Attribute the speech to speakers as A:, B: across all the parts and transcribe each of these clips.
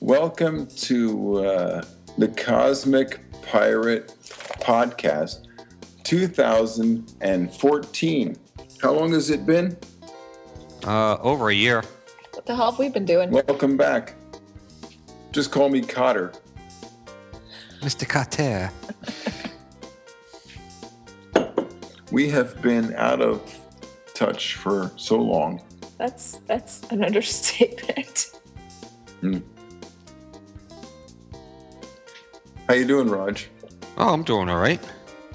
A: welcome to uh, the Cosmic Pirate Podcast 2014. How long has it been?
B: Uh, over a year.
C: What the hell have we been doing?
A: Welcome back. Just call me Cotter.
B: Mr. Carter.
A: We have been out of touch for so long.
C: That's that's an understatement.
A: How you doing, Raj?
B: Oh, I'm doing all right.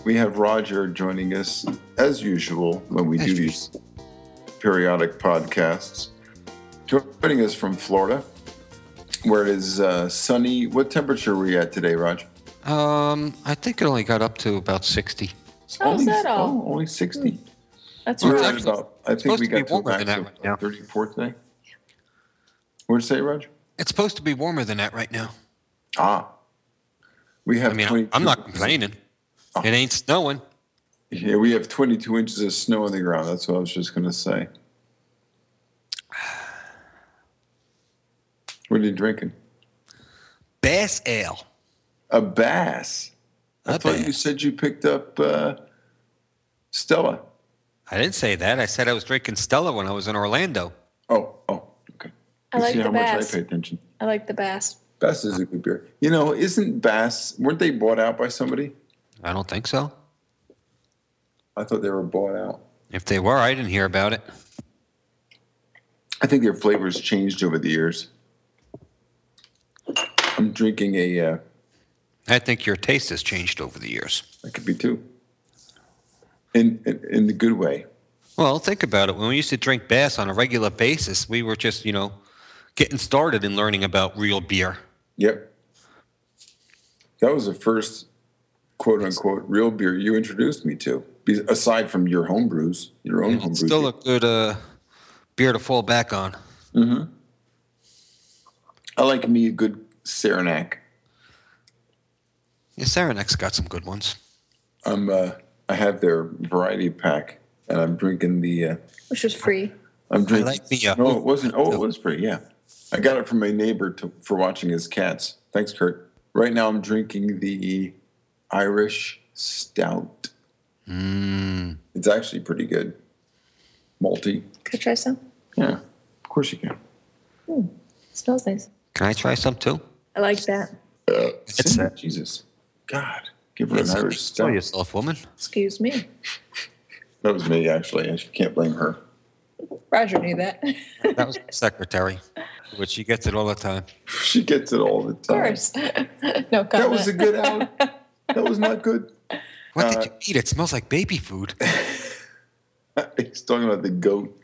A: We have Roger joining us as usual when we
B: As
A: do these periodic podcasts. Joining us from Florida, where it is uh, sunny. What temperature are we at today, Roger?
B: Um, I think it only got up to about 60.
C: Oh, is that all? Hmm.
A: oh, only 60.
C: That's
A: We were
B: It's
A: at
C: right.
B: actually-
A: about, I think
B: supposed
A: we
B: to be
A: got to a
B: warmer than
A: max
B: that
A: of
B: right now.
A: 34 today. What'd you say, Roger?
B: It's supposed to be warmer than that right now.
A: Ah, we have
B: I mean,
A: 22
B: I'm not complaining.
A: Oh.
B: It ain't snowing.
A: Yeah, we have 22 inches of snow on the ground. That's what I was just going to say. What are you drinking?
B: Bass ale.
A: A bass. I
B: A
A: thought you
B: Bass.
A: said you picked up uh, Stella.
B: I didn't say that. I said I was drinking Stella when I was in Orlando.
A: Oh, oh, okay.
C: I
A: You
C: like
A: see
C: the
A: how much I
C: bass.
A: pay attention.
C: I like the bass.
A: Bass is a good beer. You know, isn't Bass, weren't they bought out by somebody?
B: I don't think so.
A: I thought they were bought out.
B: If they were, I didn't hear about it.
A: I think their flavors changed over the years. I'm drinking a, uh,
B: I think your taste has changed over the years.
A: that could be two. In, in, in the good way.
B: Well, think about it. When we used to drink Bass on a regular basis, we were just, you know, getting started and learning about real beer.
A: Yep. That was the first quote unquote real beer you introduced me to, be- aside from your home brews, your own home
B: It's
A: brews.
B: Mm-hmm. still a good uh, beer to fall back on.
A: I like me a good Saranac.
B: Yeah, Saranac's got some good ones.
A: I'm, uh, I have their variety pack and I'm drinking the, uh,
C: Which was free.
A: I'm drinking.
B: like the, uh,
A: no, it wasn't. Oh, it was pretty. Yeah. I got it from my neighbor to, for watching his cats. Thanks, Kurt. Right now I'm drinking the Irish Stout.
B: Mm.
A: It's actually pretty good. Malty.
C: Could I try some?
A: Yeah, of course you can.
C: smells nice.
B: Can I try some too?
C: I like that.
A: It's Uh, Jesus. God. Give her an Irish
B: Tell
A: stout.
B: yourself, woman.
C: Excuse me.
A: That was me, actually. I can't blame her.
C: Roger knew that. of
B: That was my secretary, which she gets it all the time.
A: She gets it all the time.
C: course. no comment.
A: That was a good out. that was not good.
B: What
A: Uh,
B: did you eat? It smells like baby food.
A: He's talking about the goat.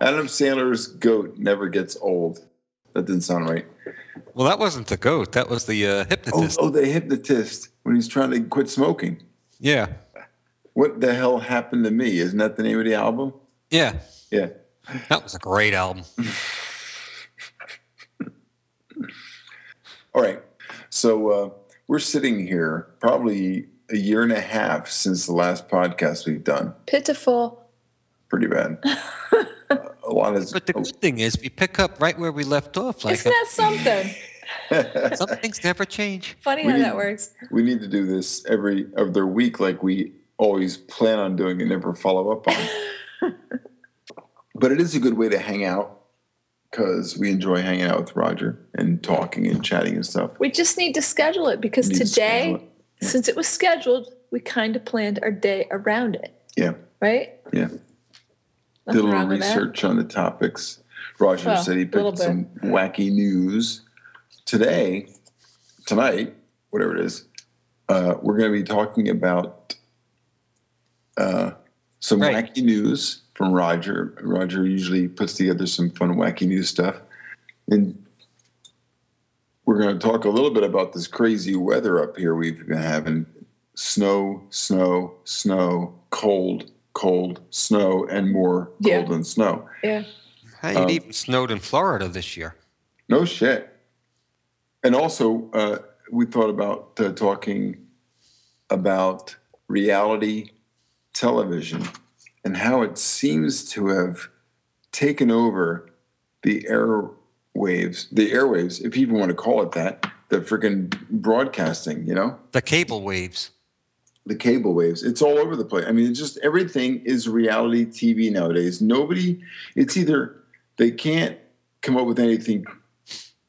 A: Adam Sandler's goat never gets old. That didn't sound right.
B: Well, that wasn't the goat. That was the uh,
A: Oh,
B: hypnotist.
A: oh, the hypnotist when he's trying to quit smoking.
B: Yeah.
A: What the hell happened to me? Isn't that the name of the album?
B: Yeah.
A: Yeah.
B: That was a great album.
A: All right. So uh, we're sitting here probably a year and a half since the last podcast we've done.
C: Pitiful.
A: Pretty bad. a lot is.
B: But the good thing is, we pick up right where we left off. Like
C: Isn't that something?
B: uh, some things never change.
C: Funny
A: We
C: how
A: didn't-
C: that works.
A: we need to do this every other week, like we always plan on doing and never follow up on. but it is a good way to hang out because we enjoy hanging out with Roger and talking and chatting and stuff.
C: We just need to schedule it because
A: We need to
C: today,
A: schedule
C: since it was scheduled, we kind of planned our day around it,
A: Yeah,
C: right?
A: yeah. Did
C: Nothing
A: a little
C: wrong with that.
A: research on the topics. Roger
C: Well,
A: said he
C: a little
A: picked some wacky news today, tonight, whatever it is. Uh, we're going to be talking about uh, some
B: Right.
A: wacky news from Roger. Roger usually puts together some fun wacky news stuff, and we're going to talk a little bit about this crazy weather up here we've been having: snow, snow, snow, cold, cold, snow, and more
C: Yeah.
A: cold and snow.
C: Yeah.
B: Hey, it
A: Um,
B: even snowed in Florida this year.
A: No shit. And also, uh, we thought about uh, talking about reality television and how it seems to have taken over the waves, the airwaves, if you even want to call it that, the freaking broadcasting, you know,
B: The cable waves.
A: the cable waves. It's all over the place. I mean, it's just everything is reality TV nowadays. Nobody, it's either they can't come up with anything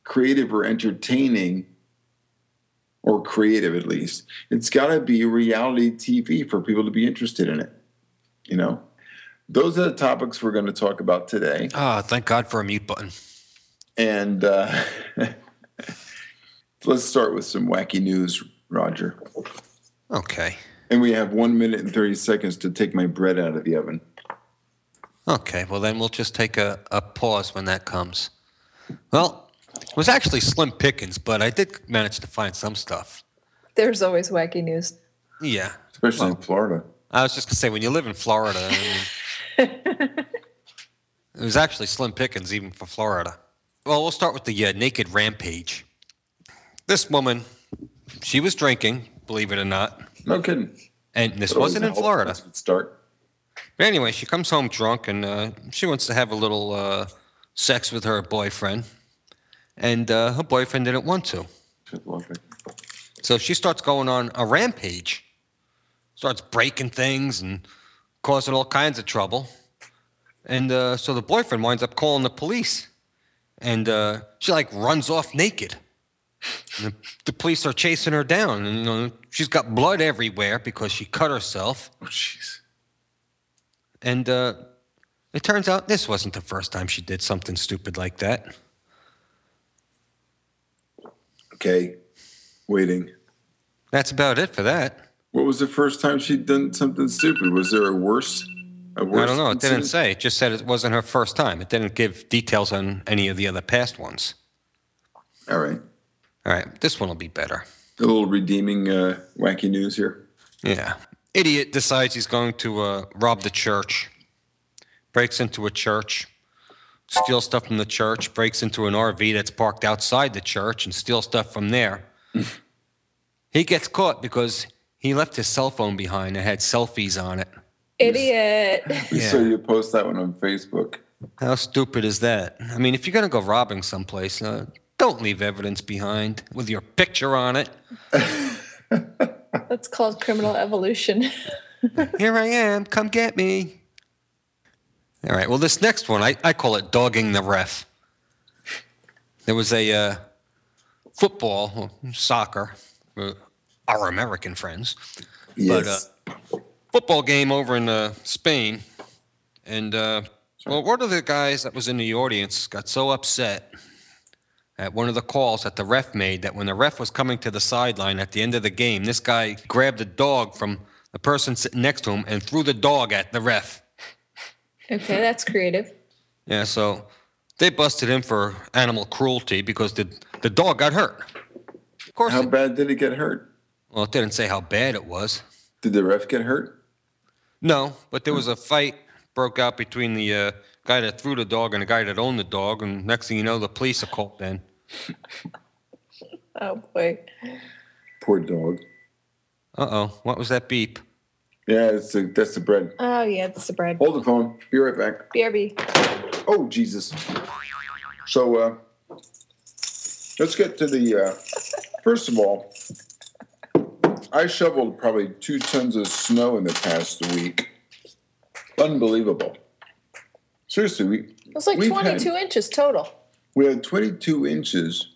A: creative or entertaining or creative at least. It's got to be reality TV for people to be interested in it, you know? Those are the topics we're going to talk about today.
B: Ah, thank God for a mute button.
A: And uh, let's start with some wacky news, Roger.
B: Okay.
A: And we have one minute and 30 seconds to take my bread out of the oven.
B: Okay, well then we'll just take a, a pause when that comes. Well, it was actually slim pickings, but I did manage to find some stuff.
C: There's always wacky news.
B: Yeah.
A: Especially in
B: Well-
A: Florida.
B: I was just gonna say when you live in Florida, I mean, it was actually slim pickings even for Florida. Well, we'll start with the uh, naked rampage. This woman, she was drinking, believe it or not,
A: No kidding.
B: and this
A: That always
B: wasn't in
A: helps.
B: Florida.
A: That's a good Start.
B: But anyway, she comes home drunk and uh, she wants to have a little uh, sex with her boyfriend, and uh, her boyfriend didn't want to.
A: Good luck.
B: So she starts going on a rampage, starts breaking things and causing all kinds of trouble. And uh, so the boyfriend winds up calling the police. And uh, she like runs off naked. And the, the police are chasing her down. And you know, she's got blood everywhere because she cut herself.
A: Oh, jeez.
B: And uh, it turns out this wasn't the first time she did something stupid like that.
A: Okay. Waiting.
B: That's about it for that.
A: What was the first time she'd done something stupid? Was there a worse? A worse
B: I don't know. It didn't
A: incident?
B: say. It just said it wasn't her first time. It didn't give details on any of the other past ones.
A: All right.
B: All right, this one will be better.
A: A little redeeming uh, wacky news here.
B: Yeah. Idiot decides he's going to uh, rob the church, breaks into a church, steals stuff from the church, breaks into an RV that's parked outside the church, and steals stuff from there. he gets caught because he left his cell phone behind that had selfies on it.
C: Idiot.
A: We
B: Yeah.
A: saw you post that one on Facebook.
B: How stupid is that? I mean, if you're going to go robbing someplace, uh, don't leave evidence behind with your picture on it.
C: That's called criminal evolution.
B: Here I am. Come get me. All right. Well, this next one, I, I call it dogging the ref. There was a uh, football, well, soccer, uh, our American friends, uh,
A: Yes.
B: football game over in uh, Spain. And, uh, well, one of the guys that was in the audience got so upset at one of the calls that the ref made that when the ref was coming to the sideline at the end of the game, this guy grabbed a dog from the person sitting next to him and threw the dog at the ref.
C: Okay, that's creative.
B: Yeah, so they busted him for animal cruelty because the, the dog got hurt. Of course,
A: How
B: it-
A: bad did it get hurt?
B: well, it didn't say how bad it was.
A: Did the ref get hurt?
B: No, but there was a fight broke out between the uh, guy that threw the dog and the guy that owned the dog, and next thing you know, the police are called in.
C: Oh boy.
A: Poor dog.
B: Uh oh, what was that beep?
A: Yeah, it's the that's the bread.
C: Oh yeah, that's the bread.
A: Hold the phone. Be right back.
C: BRB.
A: Oh Jesus. So uh, let's get to the uh, first of all. I shoveled probably two tons of snow in the past week. Unbelievable. Seriously, we
C: It was like
A: We've had-
C: 22 inches total.
A: we had 22 inches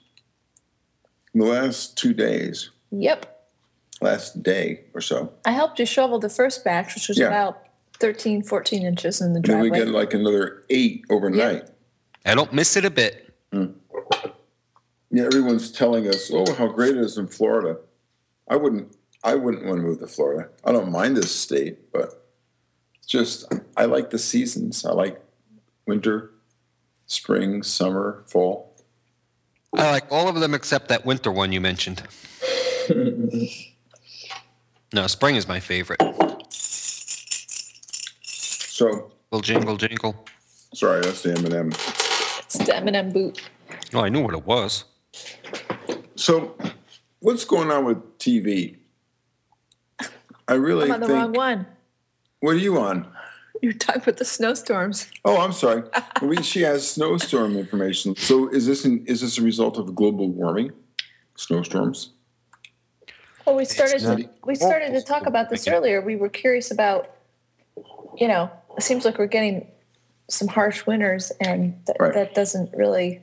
A: in the last two days,
C: Yep.
A: last day or so.
C: I helped you shovel the first batch, which was
A: Yeah.
C: about 13, 14 inches in the
A: And then we
C: driveway.
A: get like another eight overnight.
B: I don't miss it a bit.
A: Yeah, everyone's telling us, "Oh, how great it is in Florida." I wouldn't. I wouldn't want to move to Florida. I don't mind this state, but it's just I like the seasons. I like winter, spring, summer, fall.
B: I like all of them except that winter one you mentioned. no, spring is my favorite.
A: So
B: Well, jingle, jingle.
A: sorry, that's the M and M.
C: It's the M&M boot.
B: Oh, I knew what it was.
A: So what's going on with TV? I really
C: I'm on the
A: think.
C: wrong one.
A: What are you on?
C: You're talking about the snowstorms.
A: Oh, I'm sorry. we, she has snowstorm information. So is this an, is this a result of global warming? Snowstorms?
C: Well, we started
A: not-
C: to, we started to talk about this earlier. We were curious about, you know, it seems like we're getting some harsh winters, and th-
A: Right.
C: that doesn't really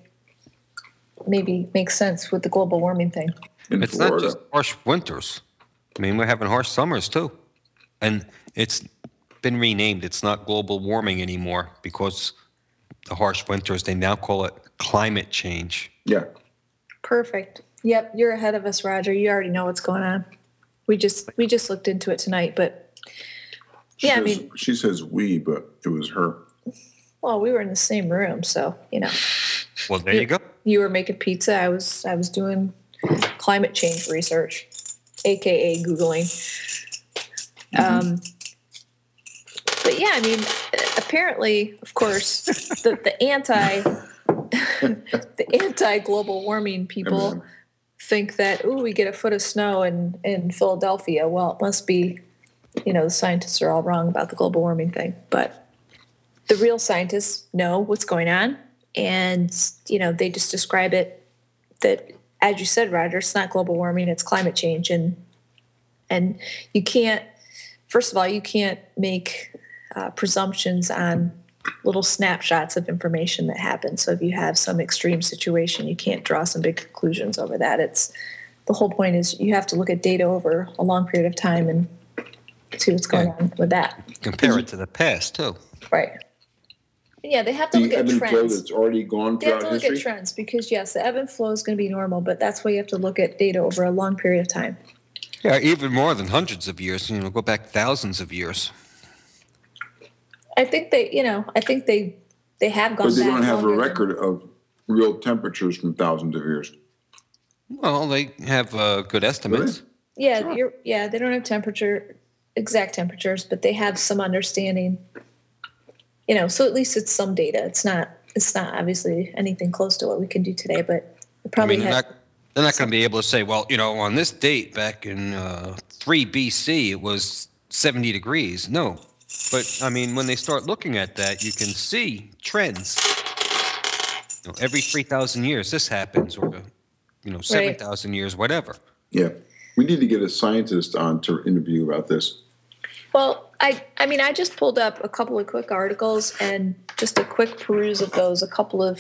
C: maybe make sense with the global warming thing.
A: In
B: It's
A: Florida.
B: not just harsh winters. I mean, we're having harsh summers too. And it's been renamed. It's not global warming anymore because the harsh winters, they now call it climate change.
A: yeah.
C: Perfect. Yep, you're ahead of us, Roger. You already know what's going on. We just we just looked into it tonight, but
A: She
C: Yeah, I
A: says,
C: mean-
A: she says we, but it was her.
C: well, we were in the same room, so you know,
B: Well, there you go.
C: you were making pizza. I was I was doing climate change research, aka googling. Um, but yeah, I mean, apparently, of course, the, the anti the anti global warming people.
A: Everything.
C: think that oh we get a foot of snow in in Philadelphia well it must be you know the scientists are all wrong about the global warming thing but the real scientists know what's going on and you know they just describe it that as you said Roger it's not global warming it's climate change and and you can't first of all you can't make uh, presumptions on little snapshots of information that happen so if you have some extreme situation you can't draw some big conclusions over that it's the whole point is you have to look at data over a long period of time and see what's going on with that
B: Compare it to the past too.
C: right yeah they have to look
A: The
C: at
A: ebb and flow
C: trends
A: that's already gone
C: they have to
A: throughout
C: look at
A: history.
C: trends because yes the ebb and flow is going to be normal but that's why you have to look at data over a long period of time
B: Yeah, even more than hundreds of years. You know, go back thousands of years.
C: i think they you know i think they they have gone
A: But they
C: back
A: don't have a
C: longer than-
A: record of real temperatures from thousands of years.
B: Well, they have uh, good estimates.
C: Yeah, you're, yeah, they don't have temperature exact temperatures, but they have some understanding. You know, so at least it's some data. It's not it's not obviously anything close to what we can do today, but it
B: I
C: probably
B: mean, they're
C: had-
B: not, they're not going to be able to say, well, you know, on this date back in uh, 3 BC, it was 70 degrees. No. But I mean, when they start looking at that, you can see trends. You know, every 3,000 years, this happens, or, you know, 7,000 years, whatever.
A: Yeah. We need to get a scientist on to interview about this.
C: Well, I I mean, I just pulled up a couple of quick articles and just a quick peruse of those. A couple of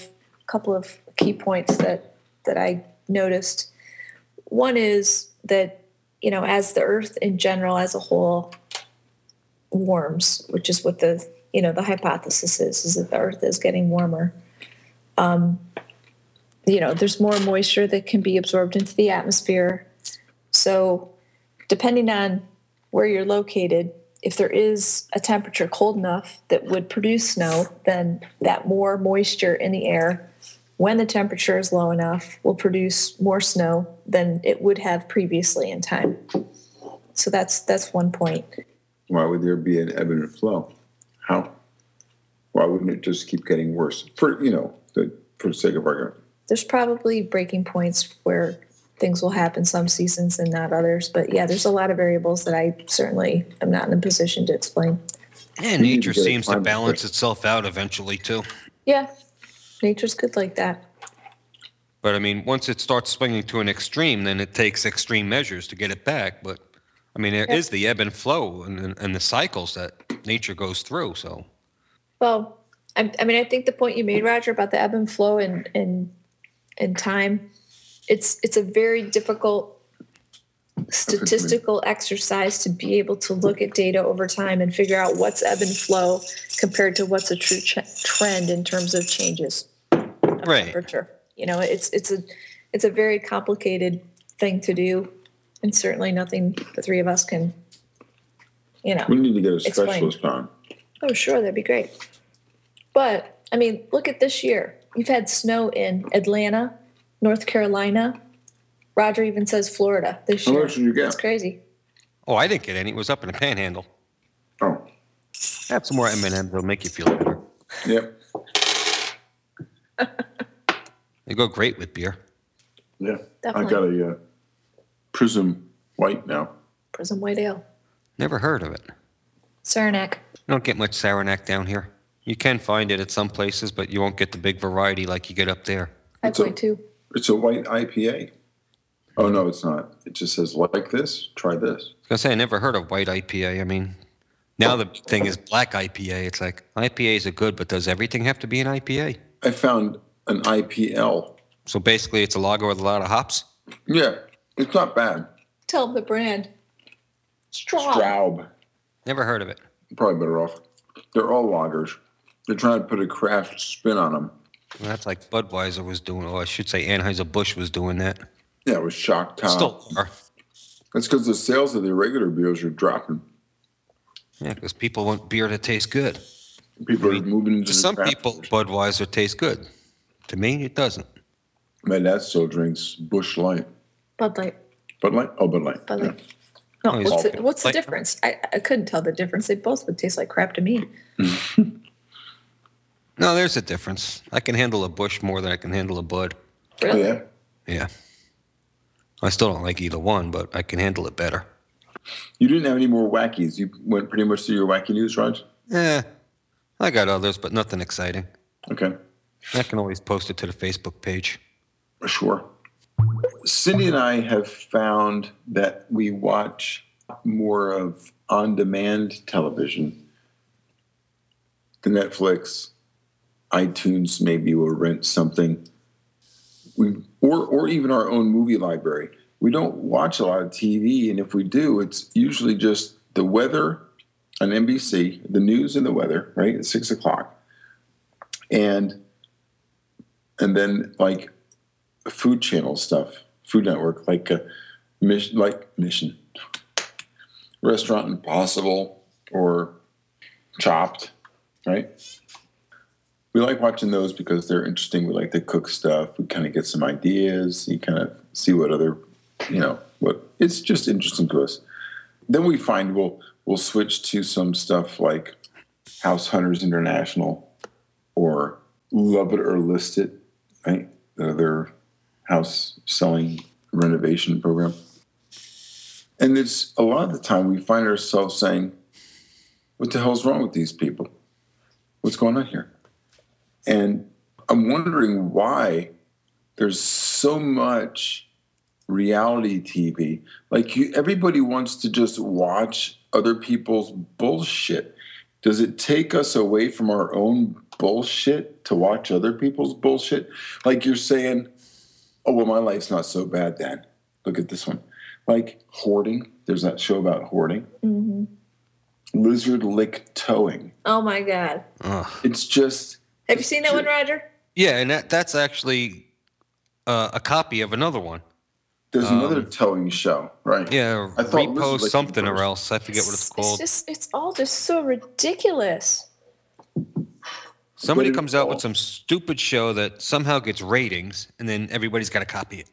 C: couple of key points that that I noticed. One is that you know, as the Earth in general, as a whole, warms, which is what the you know the hypothesis is, is that the Earth is getting warmer. Um, you know, there's more moisture that can be absorbed into the atmosphere. So, depending on where you're located, if there is a temperature cold enough that would produce snow, then that more moisture in the air, when the temperature is low enough, will produce more snow than it would have previously in time. So that's that's one point.
A: Why would there be an ebb and flow? How? Why wouldn't it just keep getting worse? For you know, the, for the sake of argument.
C: There's probably breaking points where things will happen some seasons and not others, but yeah, there's a lot of variables that I certainly am not in a position to explain.
B: And
A: We need to
B: nature
A: get a
B: seems to
A: climate
B: balance
A: fix.
B: itself out eventually, too.
C: Yeah, nature's good like that.
B: But I mean, once it starts swinging to an extreme, then it takes extreme measures to get it back. But I mean, there is
C: Yeah.
B: the ebb and flow and, and, and the cycles that nature goes through. So
C: Well, I, I mean, I think the point you made, Roger, about the ebb and flow and and and time, it's it's a very difficult statistical exercise to be able to look at data over time and figure out what's ebb and flow compared to what's a true ch- trend in terms of changes of
B: Right.
C: temperature. You know, it's it's a it's a very complicated thing to do, and certainly nothing the three of us can. You know,
A: We need to get a
C: Explain.
A: specialist on.
C: Oh, sure, that'd be great. But I mean, look at this year. You've had snow in Atlanta, North Carolina. Roger even says Florida this
A: How
C: year.
A: much did you get?
C: That's crazy.
B: Oh, I didn't get any. It was up in the panhandle.
A: Oh,
B: Have some more M&Ms. They'll make you feel better.
A: yep,
B: They go great with beer.
A: yeah. I
C: Definitely.
A: got a uh, Prism White now.
C: Prison White Ale.
B: Never heard of it.
C: Saranac.
B: You don't get much Saranac down here. You can find it at some places, but you won't get the big variety like you get up there.
C: Five
A: It's a-
C: point two.
A: It's a white IPA. Oh no, it's not. It just says like this. Try this.
B: I was gonna say I never heard of white IPA. I mean, now the thing is black IPA. It's like IPAs are good, but does everything have to be an IPA?
A: I found an IPL.
B: So basically, it's a lager with a lot of hops.
A: Yeah, it's not bad.
C: Tell them the brand. Straw.
A: Straub.
B: Never heard of it.
A: Probably better off. They're all lagers. They're trying to put a craft spin on them.
B: Well, that's like Budweiser was doing, or I should say Anheuser Busch was doing that.
A: Yeah, it was shock top.
B: Still are.
A: That's because the sales of their regular beers are dropping.
B: Yeah, because people want beer that tastes good.
A: People are moving into
B: Mm-hmm. To
A: the
B: some
A: craft
B: people,
A: beers.
B: Budweiser tastes good. To me, it doesn't.
A: My dad still drinks Bush Light.
C: Bud Light.
A: Bud Light? Oh, Bud Light.
C: Bud
A: Yeah.
C: Light. No,
B: Oh, he's
C: what's the,
B: awful.
C: what's the
B: Like-
C: difference? I, I couldn't tell the difference. They both would taste like crap to me.
B: No, there's a difference. I can handle a Bush more than I can handle a Bud.
A: Oh,
C: Really?
A: yeah.
B: Yeah. I still don't like either one, but I can handle it better.
A: You didn't have any more wackies. You went pretty much through your wacky news, Raj?
B: Yeah. Eh, I got others, but nothing exciting.
A: Okay.
B: I can always post it to the Facebook page.
A: Sure. Cindy and I have found that we watch more of on demand television. The Netflix, iTunes, maybe we'll rent something. We or or even our own movie library. We don't watch a lot of TV, and if we do, it's usually just the weather on NBC, the news and the weather, right? At six o'clock. And and then like food channel stuff, Food Network, like uh, Mission, like Mission, Restaurant Impossible, or Chopped, right? We like watching those because they're interesting. We like to cook stuff. We kind of get some ideas. You kind of see what other, you know, what it's just interesting to us. Then we find we'll we'll switch to some stuff like House Hunters International or Love It or List It, right? Another house selling renovation program. And it's a lot of the time we find ourselves saying, What the hell's wrong with these people? What's going on here? And I'm wondering why there's so much reality TV. Like you, everybody wants to just watch other people's bullshit. Does it take us away from our own bullshit to watch other people's bullshit? Like you're saying, oh well my life's not so bad then look at this one like hoarding there's that show about hoarding
C: hmm
A: lizard lick towing
C: Oh my god.
B: Ugh.
A: it's just
C: Have you seen that one, Roger?
B: Yeah, and that, that's actually uh, a copy of another one.
A: there's
B: Um,
A: another towing show right
B: Yeah,
A: I thought Liz
B: repost
A: was like
B: something
A: the
B: or
A: first.
B: else. I forget what it's called.
C: just it's all just so ridiculous.
B: Somebody
A: What is it
B: comes out with
A: called?
B: some stupid show that somehow gets ratings, and then everybody's got to copy it.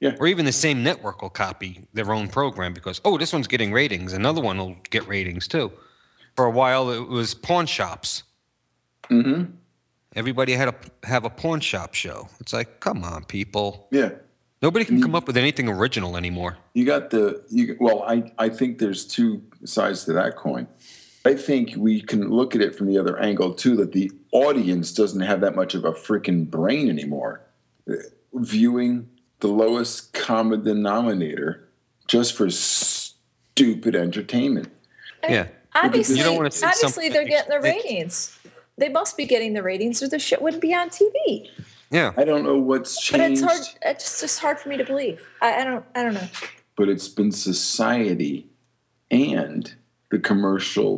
A: Yeah.
B: Or even the same network will copy their own program because oh, this one's getting ratings, another one will get ratings too. For a while, it was pawn shops.
A: hmm
B: Everybody had a have a pawn shop show. It's like, come on, people.
A: yeah
B: Nobody
A: Mm-hmm.
B: can come up with anything original anymore.
A: you got the you well i i think there's two sides to that coin i think we can look at it from the other angle too that the audience doesn't have that much of a freaking brain anymore Uh, viewing the lowest common denominator just for stupid entertainment
B: Yeah.
C: Obviously,
A: You don't
B: wanna see
C: obviously
B: something
C: they're getting the
B: that-
C: ratings. They must be getting the ratings, or the shit wouldn't be on TV.
B: Yeah.
A: i don't know what's
C: But it's
A: changed
C: hard. It's just, just hard for me to believe. I, I don't. I don't know.
A: but it's been society and the commercial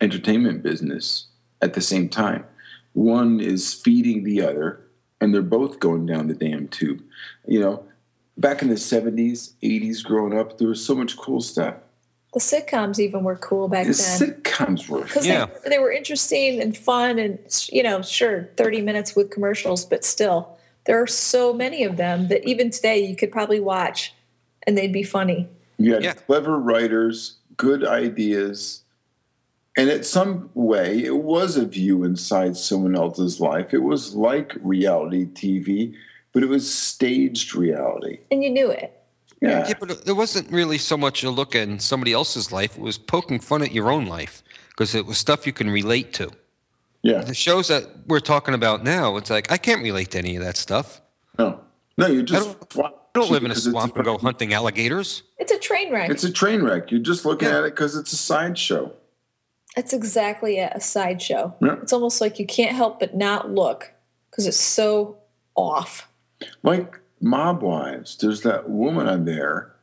A: entertainment business at the same time. One is feeding the other, and they're both going down the damn tube. You know, back in the 70s, 80s, growing up, there was so much cool stuff.
C: The sitcoms even were cool back
A: The
C: then.
A: sitcoms were
C: because
B: Yeah.
C: they, they were interesting and fun and you know sure 30 minutes with commercials but still there are so many of them that even today you could probably watch and they'd be funny
A: You had
B: Yeah.
A: clever writers, good ideas, and at some way, it was a view inside someone else's life. It was like reality TV, but it was staged reality.
C: and you knew it
A: You Yeah.
B: Yeah, but it- it wasn't really so much a look in somebody else's life. It was poking fun at your own life because it was stuff you can relate to.
A: Yeah.
B: The shows that we're talking about now, it's like I can't relate to any of that stuff.
A: No. No, you're just.
B: I don't live in a
A: because it's
B: swamp and go hunting alligators.
C: It's a train wreck.
A: It's a train wreck. You're just looking
B: Yeah.
A: at it because it's a sideshow.
C: That's exactly it, a sideshow.
A: Yeah.
C: It's almost like you can't help but not look because it's so off.
A: Like Mob Wives, there's that woman on there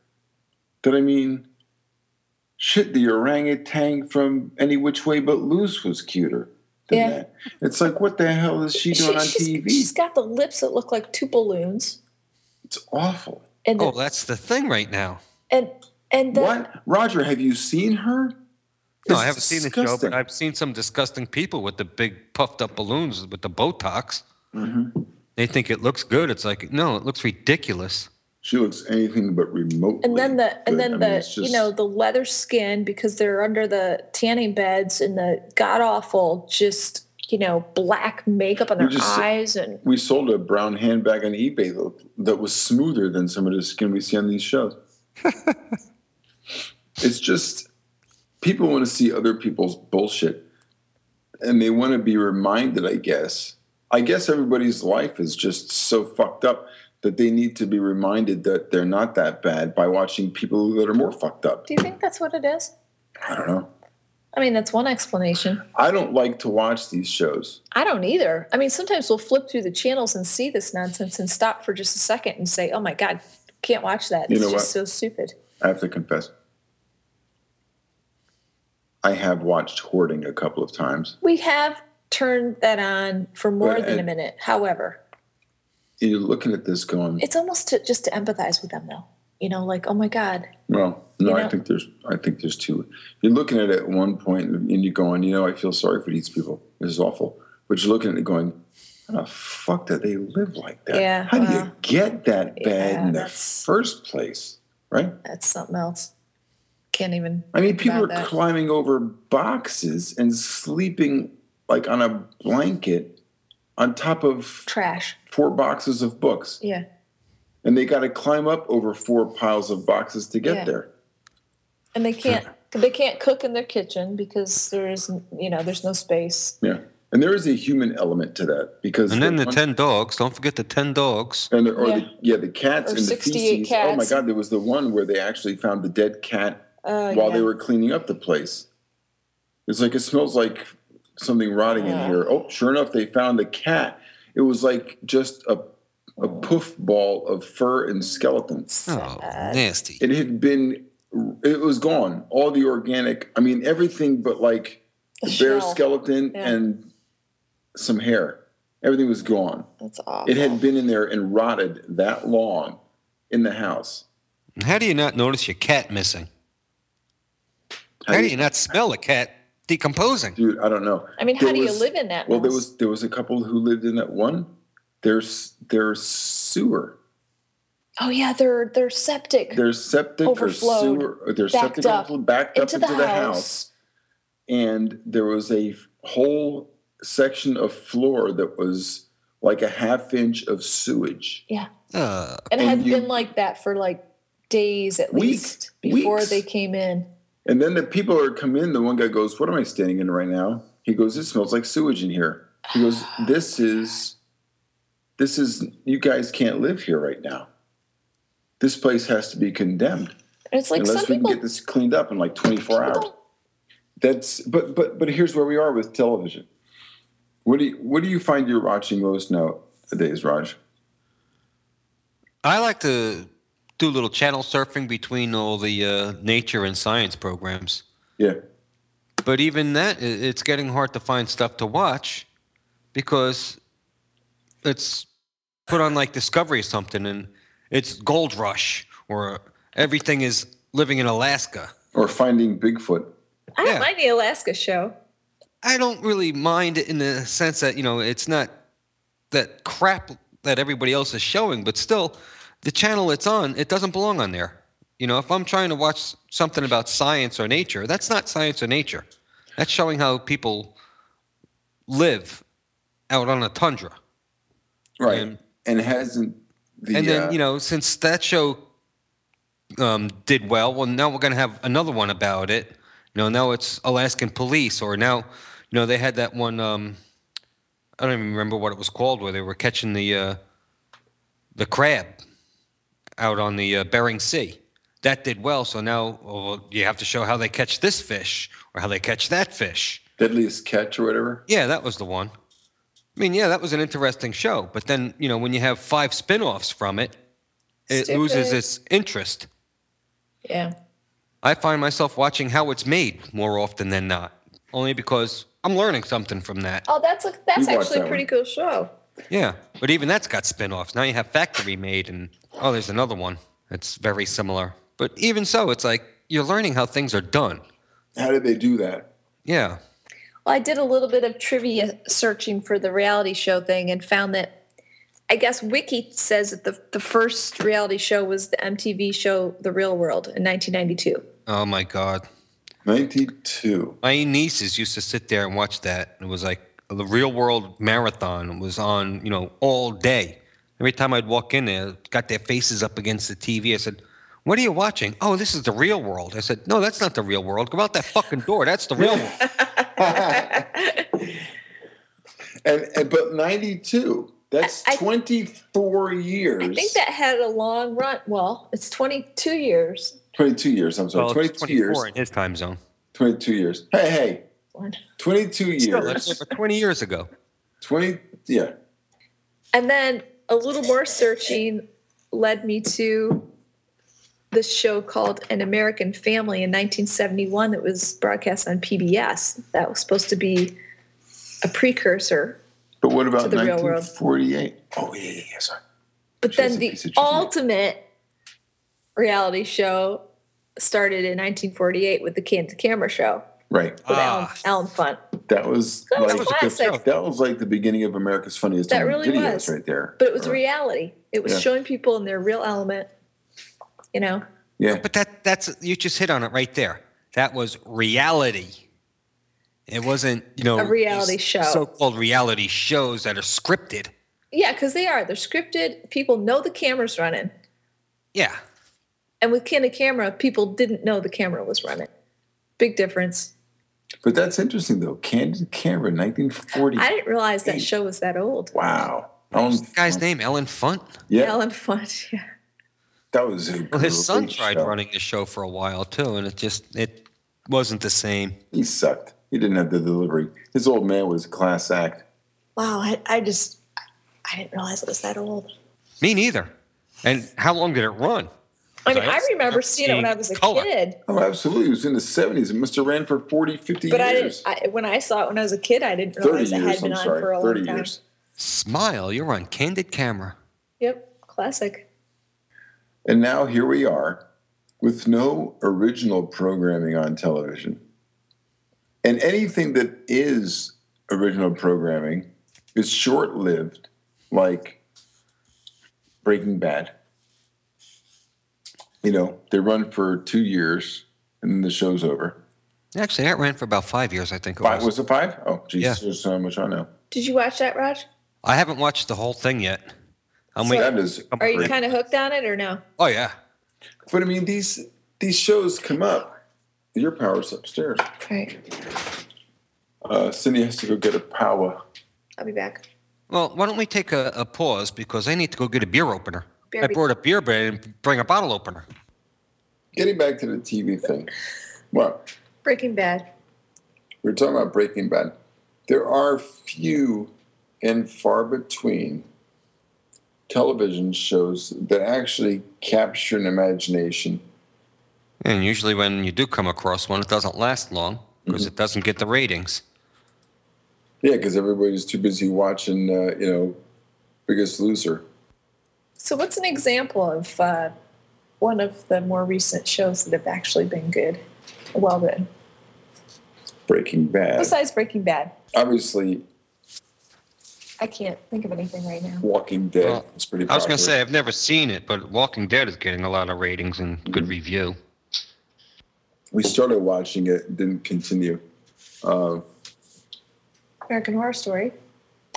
A: that I mean, shit, the orangutan from Any Which Way But Loose was cuter than
C: Yeah.
A: that. It's like, what the hell is she doing on
C: she's,
A: TV?
C: she's got the lips that look like two balloons,
A: It's awful.
C: and the,
B: Oh, that's the thing right now.
C: and and then
A: what? Roger, have you seen her?
B: No,
A: It's
B: I haven't seen the show,
A: disgusting.
B: but I've seen some disgusting people with the big puffed up balloons with the Botox.
A: Mhm.
B: They think it looks good. It's like, no, it looks ridiculous.
A: She looks anything but remotely.
C: and then the and
A: good. I
C: then
A: mean,
C: the
A: it's
C: you
A: just-
C: know the leather skin because they're under the tanning beds and the god awful just you know black makeup on
A: You
C: their
A: just-
C: eyes and
A: we sold a brown handbag on eBay that, that was smoother than some of the skin we see on these shows. it's just people want to see other people's bullshit and they want to be reminded, I guess. I guess everybody's life is just so fucked up that they need to be reminded that they're not that bad by watching people that are more fucked up.
C: do you think that's what it is?
A: I don't know.
C: I mean, that's one explanation.
A: I don't like to watch these shows.
C: I don't either. I mean, sometimes we'll flip through the channels and see this nonsense and stop for just a second and say, "Oh my god, can't watch that.
A: You
C: It's
A: know
C: just so stupid."
A: I have to confess. I have watched Hoarding a couple of times.
C: We have turned that on for more
A: But,
C: than
A: uh,
C: a minute. However,
A: You're looking at this going,
C: it's almost to, just to empathize with them, though. You know, like, "Oh my god,
A: well, no,
C: You
A: I
C: know-
A: think there's, I think there's two. You're looking at it at one point and you're going, you know, I feel sorry for these people. This is awful. But you're looking at it going, how the fuck did they live like that?
C: Yeah,
A: how do you
C: well,
A: get that bad
C: yeah,
A: in the
C: that's-
A: first place? Right?
C: that's something else." Can't even.
A: I mean, people
C: about
A: are
C: that.
A: climbing over boxes and sleeping like on a blanket on top of
C: Trash.
A: four boxes of books
C: Yeah.
A: and they got to climb up over four piles of boxes to get
C: Yeah.
A: there
C: And they can't. They can't cook in their kitchen because there is, you know, there's no space.
A: yeah and there is a human element to that because
B: And then the
A: one-
B: 10 dogs. Don't forget the 10 dogs.
A: and the, or yeah.
C: Yeah.
A: The, yeah the cats
C: Or
A: and the
C: 68
A: feces oh my
C: cats.
A: god there was the one where they actually found the dead cat
C: Uh,
A: while
C: yeah.
A: they were cleaning up the place it's like it smells like something rotting in
C: Yeah.
A: here oh sure enough they found the cat it was like just a
C: Oh.
A: a poof ball of fur and skeleton
B: Oh,
C: Sad.
B: nasty.
A: it had been it was gone all the organic i mean everything but like
C: The
A: the bare
C: shell.
A: skeleton
C: Yeah.
A: and some hair everything was gone
C: That's awful.
A: it had been in there and rotted that long in the house
B: And How do you not notice your cat missing? How do you not smell a cat decomposing?
A: dude i don't know
C: I mean, how
A: There
C: do you
A: was-
C: live in that?
A: well there
C: mess?
A: was there was a couple who lived in that one there's their sewer
C: Oh yeah, they're they're septic
A: their septic or
C: Overflowed,
A: sewer or their
C: backed
A: septic
C: up
A: overflowed, backed
C: into,
A: up
C: the,
A: into
C: house.
A: and there was a whole section of floor that was like a half inch of sewage.
B: Uh,
C: and it
A: And
C: had
A: you-
C: been like that for like days at
A: Week-
C: least before
A: weeks.
C: they came in.
A: And then the people are come in. The one guy goes, "What am I standing in right now?" He goes, "It smells like sewage in here." He goes, "This is, this is. You guys can't live here right now. This place has to be condemned
C: And it's like
A: unless
C: some
A: we can
C: people,
A: get this cleaned up in like 24
C: people
A: hours."
C: don't-
A: That's but but but here's where we are with television. What do you what do you find you're watching most nowadays, Raj?
B: I like to do a little channel surfing between all the uh, nature and science programs.
A: Yeah.
B: But even that, i- it's getting hard to find stuff to watch because it's put on like Discovery or something, and it's Gold Rush or everything is living in Alaska.
A: or finding Bigfoot.
C: I don't
B: Yeah.
C: mind the Alaska show.
B: I don't really mind it in the sense that you know it's not that crap that everybody else is showing, but still, the channel it's on it doesn't belong on there. You know, if I'm trying to watch something about science or nature, that's not science or nature. That's showing how people live out on a tundra.
A: Right.
B: And,
A: And hasn't the
B: and
A: uh,
B: then you know, since that show um, did well. Well, now we're going to have another one about it. You know, now it's Alaskan police, or now, you know, they had that one. Um, I don't even remember what it was called, where they were catching the uh, the crab out on the uh, Bering Sea. That did well, so now well, you have to show how they catch this fish or how they catch that fish.
A: Deadliest catch or whatever.
B: Yeah, that was the one. I mean, yeah, that was an interesting show, but then you know when you have five spin-offs from it, it
C: Stupid.
B: loses its interest.
C: Yeah.
B: I find myself watching how it's made more often than not, only because I'm learning something from that.
C: Oh, that's a that's
A: You watched
C: actually
A: that
C: a pretty cool show.
B: Yeah, but even that's got spin-offs. Now you have Factory Made, and oh, there's another one that's very similar. But even so, it's like you're learning how things are done.
A: How did they do that?
B: Yeah,
C: Well, I did a little bit of trivia searching for the reality show thing and found that I guess Wiki says that the, the first reality show was the MTV show The Real World in 1992.
B: Oh my God.
A: 92.
B: My nieces used to sit there and watch that. It was like the real world marathon It was on, you know, all day. Every time I'd walk in there, got their faces up against the TV. I said, What are you watching? Oh, this is the real world. I said, No, that's not the real world. Go out that fucking door. That's the real world.
A: and, and but 92. That's
C: I- I-
A: 24 years.
C: I think that had a long run. Well, it's 22 years.
A: 22 years. I'm
C: Oh,
A: sorry.
B: Well, it's
A: 22 years.
B: in his time zone.
A: 22 years. Hey, hey. 22
B: Still, that's
A: years.
B: over 20 years ago.
A: 20. Yeah.
C: And then a little more searching led me to this show called An American Family in 1971 that was broadcast on PBS. That was supposed to be a precursor.
A: But what about
C: the real world.
A: 1948? Oh, yeah, yeah, yeah. Sorry.
C: But
A: She's
C: then
A: a
C: the
A: piece of shit.
C: ultimate reality show started in 1948 with the Can to Camera show
A: Right.
C: with
B: Ah.
C: Alan, Alan Funt.
A: That was
C: That was
A: like
C: classic.
A: that was like the beginning of America's Funniest
C: That
A: Home
C: really
A: Videos
C: was.
A: right there.
C: But it was
A: Or-
C: reality. It was
A: Yeah.
C: showing people in their real element, you know?
A: Yeah.
B: But that that's you just hit on it right there. That was reality. It wasn't, you know,
C: A reality
B: these
C: show.
B: So-called reality shows that are scripted.
C: Yeah, because they are. They're scripted. People know the camera's running.
B: Yeah.
C: And with Can to Camera, people didn't know the camera was running. Big difference.
A: But that's interesting though. Candid Camera, 1940.
C: I didn't realize that show was that old.
A: Wow.
B: What's
A: Um,
B: the guy's name? Ellen Funt?
A: Yeah,
C: Alan Funt. Yeah.
A: that was a
B: Well, his son
A: great
B: tried
A: show.
B: running the show for a while too, and it just it wasn't the same.
A: He sucked. He didn't have the delivery. His old man was a class act.
C: Wow, I, I just, I didn't realize it was that old.
B: Me neither. And how long did it run?
C: I mean,
B: So I
C: I remember seeing it when I was a
B: color.
C: kid,
A: Oh, absolutely. He was in the 70s and Mr. ran for 40, 50
C: but I
A: years.
C: didn't. I, when I saw it when I was a kid, I didn't
A: 30
C: realize it
A: years,
C: had been
A: I'm
C: on
A: sorry.
C: for a
A: 30
C: long time.
A: years.
B: Smile, you're on candid camera.
C: Yep, classic.
A: And now here we are with no original programming on television. And anything that is original programming is short lived, like Breaking Bad. You know, they run for two years and then the show's over.
B: Actually, that ran for about five years, I think it
A: Five, was
B: was.
A: it five? Oh, geez,
B: Yeah.
A: there's so much I know.
C: Did you watch that, Raj?
B: I haven't watched the whole thing yet. I'm
C: So-
B: waiting.
A: That is,
B: for
C: Are you
B: it.
C: kind of hooked on it or no?
B: oh yeah.
A: but I mean, these these shows come up. Your power's upstairs.
C: Right.
A: Uh, Cindy has to go get a power.
C: I'll be back.
B: Well, why don't we take a, a pause because I need to go get a beer opener.
C: Beer
B: I
C: be-
B: brought a beer, but I didn't bring a bottle opener.
A: Getting back to the TV thing. Well,
C: Breaking Bad.
A: we're talking about Breaking Bad. There are few and far between television shows that actually capture an imagination.
B: And usually, when you do come across one, it doesn't last long because
A: Mm-hmm.
B: it doesn't get the ratings.
A: Yeah, because everybody's too busy watching, uh, you know, Biggest Loser.
C: So, what's an example of uh, one of the more recent shows that have actually been good? Well, done.
A: Breaking Bad.
C: Besides Breaking Bad,
A: Obviously,
C: I can't think of anything right now.
A: Walking Dead
B: Well,
A: is pretty
B: I was going to
A: popular.
B: say I've never seen it, but Walking Dead is getting a lot of ratings and good review.
A: we started watching it, didn't continue. Uh,
C: American Horror Story.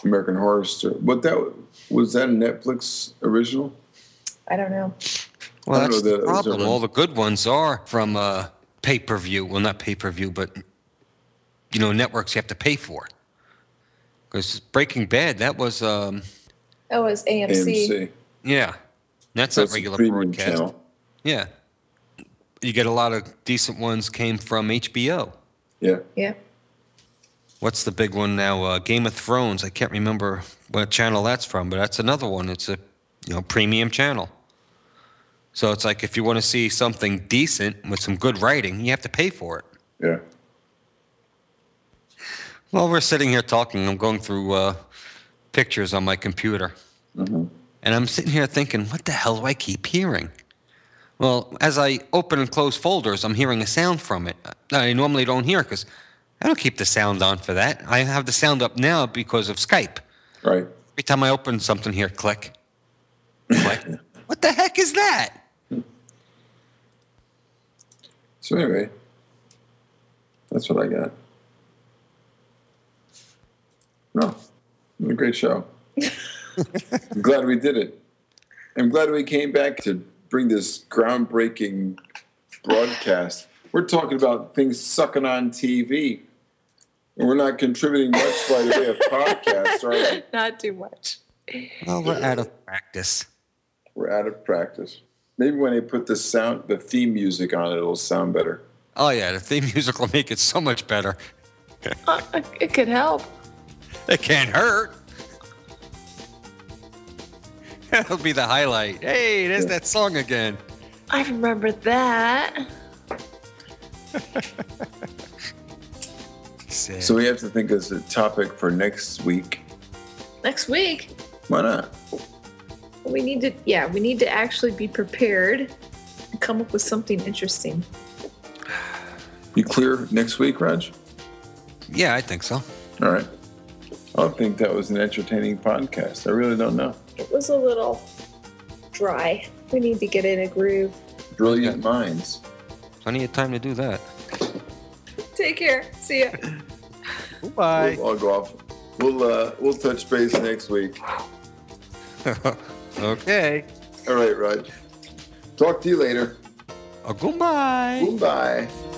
A: American Horror Story. What that was that a Netflix original?
C: I don't know.
B: Well,
A: I don't
B: that's
A: know,
B: the
A: those are
B: problem. All the good ones are from uh, pay per view. Well, not pay per view, but you know, networks you have to pay for. Because Breaking Bad, that was um,
C: Oh, it's AMC.
A: AMC.
B: yeah, that's,
A: That's
B: not
A: a
B: regular
A: premium
B: broadcast.
A: channel.
B: Yeah, you get a lot of decent ones came from HBO.
A: Yeah.
C: Yeah.
B: What's the big one now? Uh, Game of Thrones. I can't remember what channel that's from, but that's another one. It's a you know premium channel. So it's like if you want to see something decent with some good writing, you have to pay for it.
A: Yeah.
B: Well, we're sitting here talking. I'm going through uh, pictures on my computer. And I'm sitting here thinking, what the hell do I keep hearing? Well, as I open and close folders, I'm hearing a sound from it that I normally don't hear because I don't keep the sound on for that. I have the sound up now because of Skype.
A: Right.
B: Every time I open something here, click. I'm like, what the heck is that?
A: So anyway, that's what I got. No, it was a great show. I'm glad we did it. I'm glad we came back to bring this groundbreaking broadcast. We're talking about things sucking on TV, and we're not contributing much by the way of podcasts. Are we?
C: Not too much.
B: Well, we're out of practice.
A: We're out of practice. Maybe when they put the sound, the theme music on, it'll sound better.
B: Oh, yeah, the theme music will make it so much better.
C: Uh, it could help.
B: It can't hurt. That'll be the highlight. Hey, there's that song again.
C: I remember that.
B: Sick.
A: So we have to think as a topic for next week.
C: Next week,
A: Why not?
C: we need to, yeah, we need to actually be prepared and come up with something interesting.
A: You clear next week, Raj?
B: yeah, I think so.
A: All right. I think that was an entertaining podcast. I really don't know.
C: It was a little dry. We need to get in a groove.
A: Brilliant minds.
B: Plenty of time to do that.
C: Take care. See ya.
B: Goodbye.
A: We'll all go off. We'll uh, we'll touch base next week.
B: okay.
A: All right, Raj. Talk to you later.
B: Oh, goodbye.
A: Bye.